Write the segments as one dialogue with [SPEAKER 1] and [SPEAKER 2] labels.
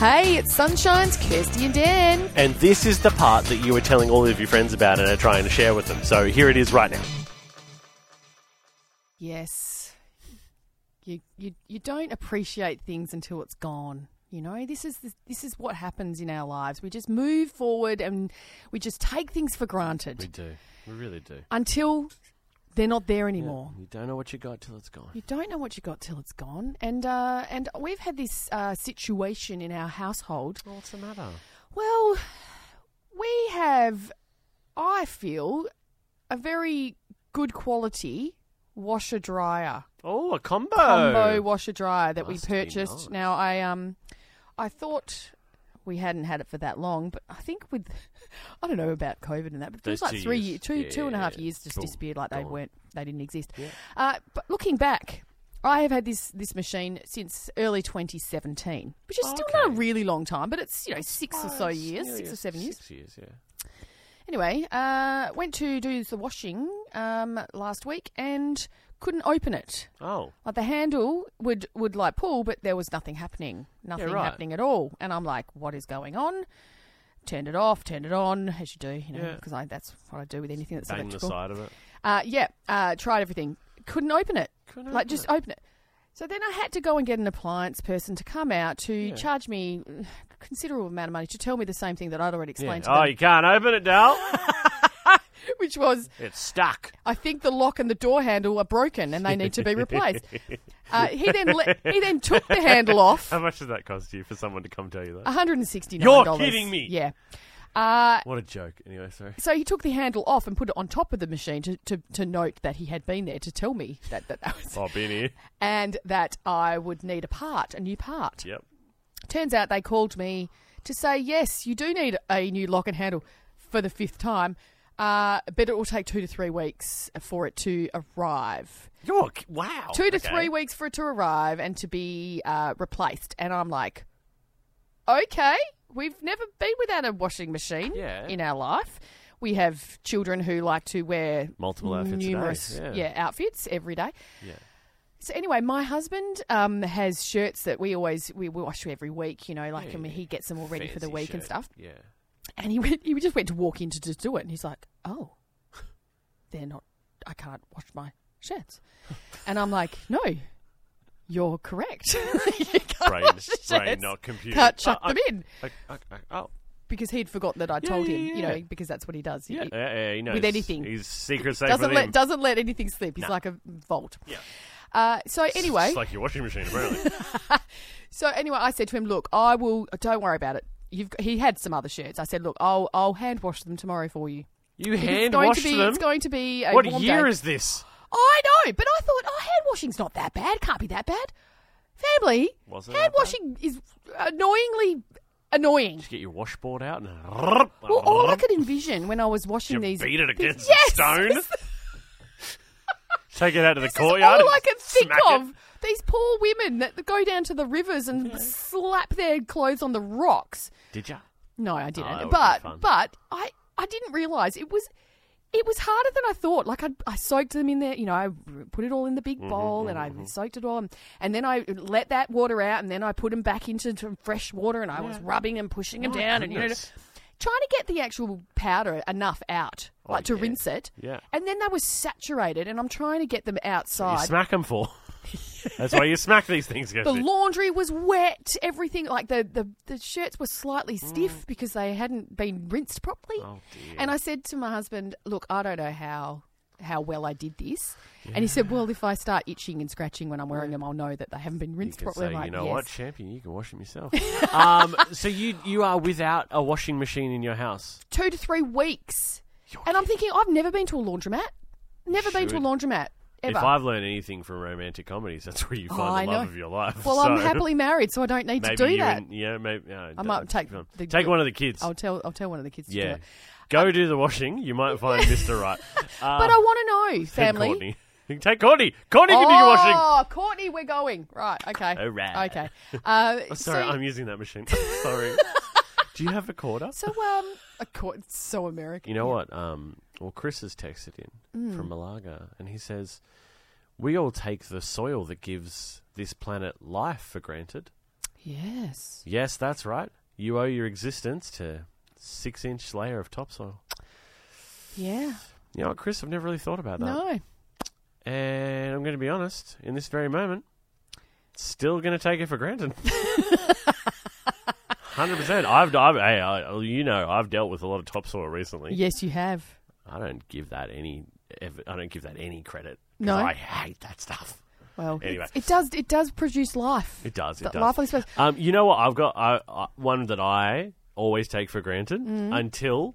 [SPEAKER 1] Hey, it's Sunshine's Kirsty and Dan.
[SPEAKER 2] And this is the part that you were telling all of your friends about and are trying to share with them. So here it is right now.
[SPEAKER 1] Yes. You, you, you don't appreciate things until it's gone. You know, this is this, this is what happens in our lives. We just move forward and we just take things for granted
[SPEAKER 2] do. We really do.
[SPEAKER 1] until they're not there anymore.
[SPEAKER 2] You don't know what you got till it's gone.
[SPEAKER 1] You don't know what you got till it's gone, and uh, and we've had this uh, situation in our household.
[SPEAKER 2] What's the matter?
[SPEAKER 1] Well, we have, I feel, a very good quality washer dryer
[SPEAKER 2] Oh, a combo.
[SPEAKER 1] combo washer dryer that
[SPEAKER 2] Oh. Must
[SPEAKER 1] we
[SPEAKER 2] be
[SPEAKER 1] purchased.
[SPEAKER 2] nice.
[SPEAKER 1] Now I um, I thought we hadn't had it for that long, but I think with, I don't know about COVID and that, but it
[SPEAKER 2] Those
[SPEAKER 1] was like
[SPEAKER 2] two
[SPEAKER 1] three
[SPEAKER 2] years.
[SPEAKER 1] years, two two and a half
[SPEAKER 2] Yeah,
[SPEAKER 1] years just
[SPEAKER 2] gone,
[SPEAKER 1] disappeared, like they
[SPEAKER 2] gone.
[SPEAKER 1] weren't, they didn't exist.
[SPEAKER 2] Yeah.
[SPEAKER 1] Uh, but looking back. I have had this, this machine since early 2017, which is still not a
[SPEAKER 2] Oh, Okay.
[SPEAKER 1] really long time, but it's you know six or so
[SPEAKER 2] Oh, it's
[SPEAKER 1] years,
[SPEAKER 2] nearly
[SPEAKER 1] six
[SPEAKER 2] a-
[SPEAKER 1] or seven years.
[SPEAKER 2] Six years, yeah.
[SPEAKER 1] Anyway, uh, went to do the washing um, last week and couldn't open it.
[SPEAKER 2] Oh,
[SPEAKER 1] Like the handle would would like pull, but there was nothing happening, nothing
[SPEAKER 2] right.
[SPEAKER 1] happening at all. And I'm like, what is going on? Turned it off, turned it on, as you do, you know,
[SPEAKER 2] Yeah.
[SPEAKER 1] because I that's what I do with anything that's
[SPEAKER 2] bang the
[SPEAKER 1] electrical.
[SPEAKER 2] side of it.
[SPEAKER 1] Uh, yeah, uh, tried everything, couldn't open it.
[SPEAKER 2] Couldn't
[SPEAKER 1] like
[SPEAKER 2] open
[SPEAKER 1] just oh,
[SPEAKER 2] it.
[SPEAKER 1] open it. So then I had to go and get an appliance person to come out to charge me a considerable amount of money to tell me the same thing that I'd already
[SPEAKER 2] Yeah.
[SPEAKER 1] explained
[SPEAKER 2] Oh,
[SPEAKER 1] to
[SPEAKER 2] you can't open it, Dal.
[SPEAKER 1] them, which was
[SPEAKER 2] it's stuck.
[SPEAKER 1] I think the lock and the door handle are broken and they need to be replaced. Uh, he then le- he then took the handle off.
[SPEAKER 2] How much does that cost you for someone to come tell you that?
[SPEAKER 1] One hundred and sixty nine.
[SPEAKER 2] You're kidding me.
[SPEAKER 1] Yeah. Uh,
[SPEAKER 2] what a joke. Anyway, sorry.
[SPEAKER 1] so he took the handle off and put it on top of the machine to, to, to note that he had been there to tell me that that, that was
[SPEAKER 2] Oh, been here.
[SPEAKER 1] and that I would need a part, a new part.
[SPEAKER 2] Yep.
[SPEAKER 1] Turns out they called me to say yes, you do need a new lock and handle for the fifth time, uh, but it will take two to three weeks for it to arrive.
[SPEAKER 2] You're ki- wow.
[SPEAKER 1] two to
[SPEAKER 2] Oh, Okay.
[SPEAKER 1] three weeks for it to arrive and to be uh, replaced. And I'm like, okay, we've never been without a washing machine
[SPEAKER 2] Yeah.
[SPEAKER 1] in our life. We have children who like to wear
[SPEAKER 2] Multiple outfits a day,
[SPEAKER 1] numerous
[SPEAKER 2] yeah.
[SPEAKER 1] yeah outfits every day.
[SPEAKER 2] Yeah.
[SPEAKER 1] So anyway, my husband um, has shirts that we always we we wash every week, you know, like and he gets them all ready for the
[SPEAKER 2] Fancy
[SPEAKER 1] week and
[SPEAKER 2] shirt.
[SPEAKER 1] stuff.
[SPEAKER 2] Yeah.
[SPEAKER 1] And he went, he just went to walk in to just do it, and he's like, "Oh, they're not. I can't wash my shirts." And I'm like, "No, you're correct. you can't
[SPEAKER 2] Brain,
[SPEAKER 1] wash your
[SPEAKER 2] brain
[SPEAKER 1] shirts.
[SPEAKER 2] not computer.
[SPEAKER 1] Can't chuck
[SPEAKER 2] Oh,
[SPEAKER 1] them in
[SPEAKER 2] oh, oh, oh, oh.
[SPEAKER 1] because he'd forgotten that I
[SPEAKER 2] Yeah,
[SPEAKER 1] told
[SPEAKER 2] yeah,
[SPEAKER 1] him. You
[SPEAKER 2] yeah.
[SPEAKER 1] know, because that's what he does. He-
[SPEAKER 2] Yeah,
[SPEAKER 1] he
[SPEAKER 2] yeah, yeah, he knows.
[SPEAKER 1] anything.
[SPEAKER 2] He's secret safe
[SPEAKER 1] doesn't
[SPEAKER 2] with
[SPEAKER 1] let
[SPEAKER 2] him.
[SPEAKER 1] doesn't let anything slip. He's
[SPEAKER 2] Nah.
[SPEAKER 1] like a vault.
[SPEAKER 2] Yeah.
[SPEAKER 1] Uh, so anyway,
[SPEAKER 2] It's like your washing machine, apparently.
[SPEAKER 1] So anyway, I said to him, "Look, I will. Don't worry about it. You've got, he had some other shirts. I said, look, I'll I'll hand wash them tomorrow for you.
[SPEAKER 2] you
[SPEAKER 1] it's
[SPEAKER 2] hand
[SPEAKER 1] going
[SPEAKER 2] washed
[SPEAKER 1] to be
[SPEAKER 2] them.
[SPEAKER 1] it's going to be a
[SPEAKER 2] what
[SPEAKER 1] warm
[SPEAKER 2] year
[SPEAKER 1] day.
[SPEAKER 2] is this?
[SPEAKER 1] I know, but I thought, oh, hand washing's not that bad. Can't be that bad. Family,
[SPEAKER 2] Wasn't
[SPEAKER 1] hand
[SPEAKER 2] that bad?
[SPEAKER 1] washing is annoyingly annoying.
[SPEAKER 2] Get your washboard out and
[SPEAKER 1] Well, all I could envision when I was washing
[SPEAKER 2] Oh. you
[SPEAKER 1] these
[SPEAKER 2] beat it
[SPEAKER 1] these-
[SPEAKER 2] against
[SPEAKER 1] yes,
[SPEAKER 2] the stone.
[SPEAKER 1] this
[SPEAKER 2] Take it out to the
[SPEAKER 1] is all
[SPEAKER 2] courtyard. and
[SPEAKER 1] I could think
[SPEAKER 2] smack it.
[SPEAKER 1] of. These poor women that go down to the rivers and slap their clothes on the rocks.
[SPEAKER 2] Did you?
[SPEAKER 1] No, I
[SPEAKER 2] Oh, that
[SPEAKER 1] didn't.
[SPEAKER 2] would've been fun.
[SPEAKER 1] but but I I didn't realize it was it was harder than I thought. Like I I soaked them in there, you know, I put it all in the
[SPEAKER 2] Mm-hmm,
[SPEAKER 1] big bowl and I soaked it all, and, and then I let that water out, and then I put them back into some fresh water, and I was rubbing and pushing them down, and you know.
[SPEAKER 2] goodness.
[SPEAKER 1] Trying to get the actual powder enough out, like to
[SPEAKER 2] Oh, yeah.
[SPEAKER 1] rinse it,
[SPEAKER 2] Yeah.
[SPEAKER 1] and then they were saturated, and I'm trying to get them
[SPEAKER 2] You
[SPEAKER 1] outside.
[SPEAKER 2] smack them for. That's why you smack these things,
[SPEAKER 1] The
[SPEAKER 2] Kirsty.
[SPEAKER 1] laundry was wet. Everything, like the, the, the shirts were slightly stiff because they hadn't been rinsed properly.
[SPEAKER 2] Mm. Oh, dear.
[SPEAKER 1] And I said to my husband, "Look, I don't know how how well I did this." And he said, "Well, if I start itching and scratching when I'm wearing them, I'll know that they haven't been
[SPEAKER 2] You
[SPEAKER 1] rinsed
[SPEAKER 2] can
[SPEAKER 1] properly."
[SPEAKER 2] say,
[SPEAKER 1] I'm
[SPEAKER 2] you
[SPEAKER 1] like,
[SPEAKER 2] know
[SPEAKER 1] yes.
[SPEAKER 2] what, champion, you can wash them yourself. um, so you you are without a washing machine in your house.
[SPEAKER 1] Two to three weeks,
[SPEAKER 2] You're
[SPEAKER 1] and I'm thinking, I've never been to a laundromat. Never been to a
[SPEAKER 2] should.
[SPEAKER 1] laundromat ever.
[SPEAKER 2] If I've learned anything from romantic comedies, that's where you
[SPEAKER 1] Oh,
[SPEAKER 2] find
[SPEAKER 1] I
[SPEAKER 2] the love
[SPEAKER 1] know.
[SPEAKER 2] of your life.
[SPEAKER 1] well, I'm
[SPEAKER 2] So,
[SPEAKER 1] happily married, so I don't need
[SPEAKER 2] maybe
[SPEAKER 1] to do
[SPEAKER 2] you
[SPEAKER 1] that.
[SPEAKER 2] And, yeah, maybe. No,
[SPEAKER 1] I might
[SPEAKER 2] don't.
[SPEAKER 1] take
[SPEAKER 2] Come on.
[SPEAKER 1] the-
[SPEAKER 2] take one of the kids.
[SPEAKER 1] I'll tell I'll tell one of the kids to do
[SPEAKER 2] yeah,
[SPEAKER 1] it.
[SPEAKER 2] go do the washing. You might find Mister Right. Uh,
[SPEAKER 1] But I want to know,
[SPEAKER 2] take
[SPEAKER 1] family.
[SPEAKER 2] Courtney. Take Courtney. Courtney can do your washing.
[SPEAKER 1] Oh, Courtney, we're going. Right, okay.
[SPEAKER 2] All right. Oh,
[SPEAKER 1] Okay. Uh, so,
[SPEAKER 2] Sorry, I'm using that machine. Sorry. Do you have a quarter?
[SPEAKER 1] so um, a court, it's so American.
[SPEAKER 2] You know what? Um, well, Chris has texted in from Malaga, and he says, "We all take the soil that gives this planet life for granted.
[SPEAKER 1] Yes.
[SPEAKER 2] Yes, that's right. You owe your existence to six inch layer of topsoil.
[SPEAKER 1] Yeah.
[SPEAKER 2] You know what, Chris? I've never really thought about that.
[SPEAKER 1] No.
[SPEAKER 2] And I'm going to be honest, in this very moment, still going to take it for granted. 100%. I've, I've hey, I, you know, I've dealt with a lot of topsoil recently.
[SPEAKER 1] Yes, you have.
[SPEAKER 2] I don't give that any ev- I don't give that any credit. 'cause
[SPEAKER 1] No.
[SPEAKER 2] I hate that stuff.
[SPEAKER 1] Well,
[SPEAKER 2] Anyway.
[SPEAKER 1] it's- it does. It does produce life.
[SPEAKER 2] It does. It
[SPEAKER 1] That
[SPEAKER 2] does.
[SPEAKER 1] Life expect-
[SPEAKER 2] Um, you know what? I've got I, I, one that I always take for granted
[SPEAKER 1] Mm-hmm.
[SPEAKER 2] until,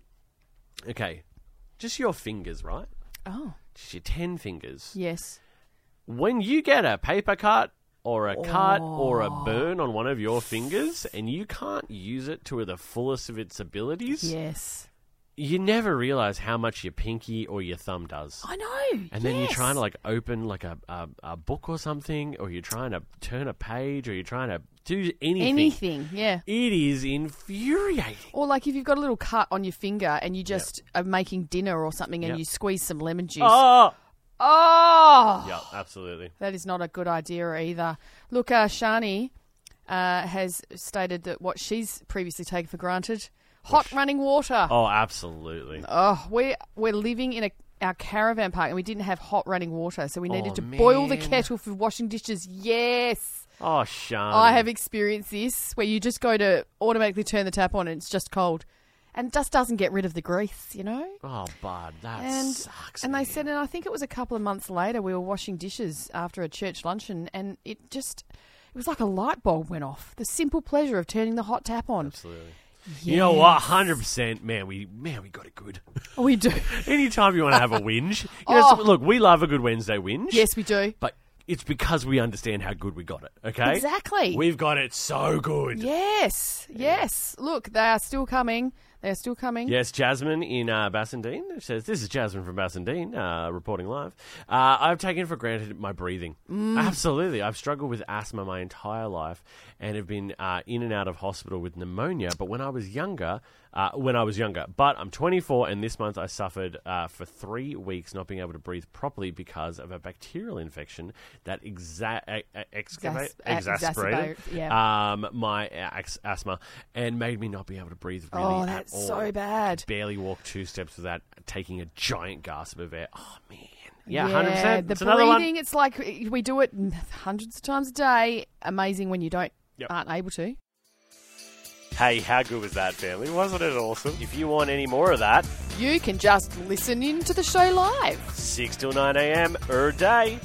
[SPEAKER 2] okay, just your fingers, right?
[SPEAKER 1] Oh,
[SPEAKER 2] Just your ten fingers.
[SPEAKER 1] yes.
[SPEAKER 2] When you get a paper cut or a cut or a
[SPEAKER 1] Oh.
[SPEAKER 2] burn on one of your fingers, and you can't use it to the fullest of its abilities,
[SPEAKER 1] Yes.
[SPEAKER 2] you never realize how much your pinky or your thumb does.
[SPEAKER 1] I know.
[SPEAKER 2] And then
[SPEAKER 1] yes.
[SPEAKER 2] you're trying to like open like a, a, a book or something, or you're trying to turn a page, or you're trying to do anything.
[SPEAKER 1] anything. Yeah.
[SPEAKER 2] It is infuriating.
[SPEAKER 1] Or like if you've got a little cut on your finger and you just are making dinner or something and
[SPEAKER 2] Yep.
[SPEAKER 1] you squeeze some lemon juice.
[SPEAKER 2] Oh,
[SPEAKER 1] Oh!
[SPEAKER 2] yeah, absolutely.
[SPEAKER 1] That is not a good idea either. Look, uh, Shani uh, has stated that what she's previously taken for granted hot running water. Oh,
[SPEAKER 2] Oh, absolutely.
[SPEAKER 1] we're, we're living in a, our caravan park and we didn't have hot running water, so we needed
[SPEAKER 2] Oh,
[SPEAKER 1] to boil the
[SPEAKER 2] man.
[SPEAKER 1] kettle for washing dishes. Yes.
[SPEAKER 2] Oh, Sean.
[SPEAKER 1] I have experienced this where you just go to automatically turn the tap on and it's just cold. And just doesn't get rid of the grease, you know?
[SPEAKER 2] Oh, bud, that
[SPEAKER 1] and
[SPEAKER 2] sucks.
[SPEAKER 1] and they
[SPEAKER 2] man.
[SPEAKER 1] said, and I think it was a couple of months later, we were washing dishes after a church luncheon, and it just it was like a light bulb went off. The simple pleasure of turning the hot tap on.
[SPEAKER 2] Absolutely. You know what? Hundred percent, man. We man, we got it good.
[SPEAKER 1] We do,
[SPEAKER 2] Anytime you want to have a whinge, you know, so- look, we love a good Wednesday whinge.
[SPEAKER 1] Oh. yes, we do.
[SPEAKER 2] but it's because we understand how good we got it. Okay,
[SPEAKER 1] Exactly.
[SPEAKER 2] We've got it so good.
[SPEAKER 1] Yes, yes. Look, they are still coming. They are still coming.
[SPEAKER 2] Yes, Jasmine in uh, Bassendean says, This is Jasmine from Bassendean, uh, reporting live. Uh, I've taken for granted my breathing.
[SPEAKER 1] Mm.
[SPEAKER 2] Absolutely. I've struggled with asthma my entire life and have been uh, in and out of hospital with pneumonia. But when I was younger, uh, when I was younger, but I'm 24 and this month I suffered uh, for three weeks not being able to breathe properly because of a bacterial infection that exa- e- e- excava-
[SPEAKER 1] Exas- uh,
[SPEAKER 2] exacerbated
[SPEAKER 1] exacerbate, yeah.
[SPEAKER 2] um, my ax- asthma and made me not be able to breathe really
[SPEAKER 1] oh,
[SPEAKER 2] at
[SPEAKER 1] that's
[SPEAKER 2] all.
[SPEAKER 1] so bad.
[SPEAKER 2] Barely walk two steps without taking a giant gasp of air. Oh man, yeah, hundred
[SPEAKER 1] Yeah,
[SPEAKER 2] percent.
[SPEAKER 1] the
[SPEAKER 2] It's
[SPEAKER 1] breathing,
[SPEAKER 2] another one.
[SPEAKER 1] it's like we do it hundreds of times a day. Amazing when you don't
[SPEAKER 2] Yep.
[SPEAKER 1] aren't able to.
[SPEAKER 2] Hey, how good was that, family? Wasn't it awesome? If you want any more of that,
[SPEAKER 1] You can just listen in to the show live.
[SPEAKER 2] six till nine a.m. er day.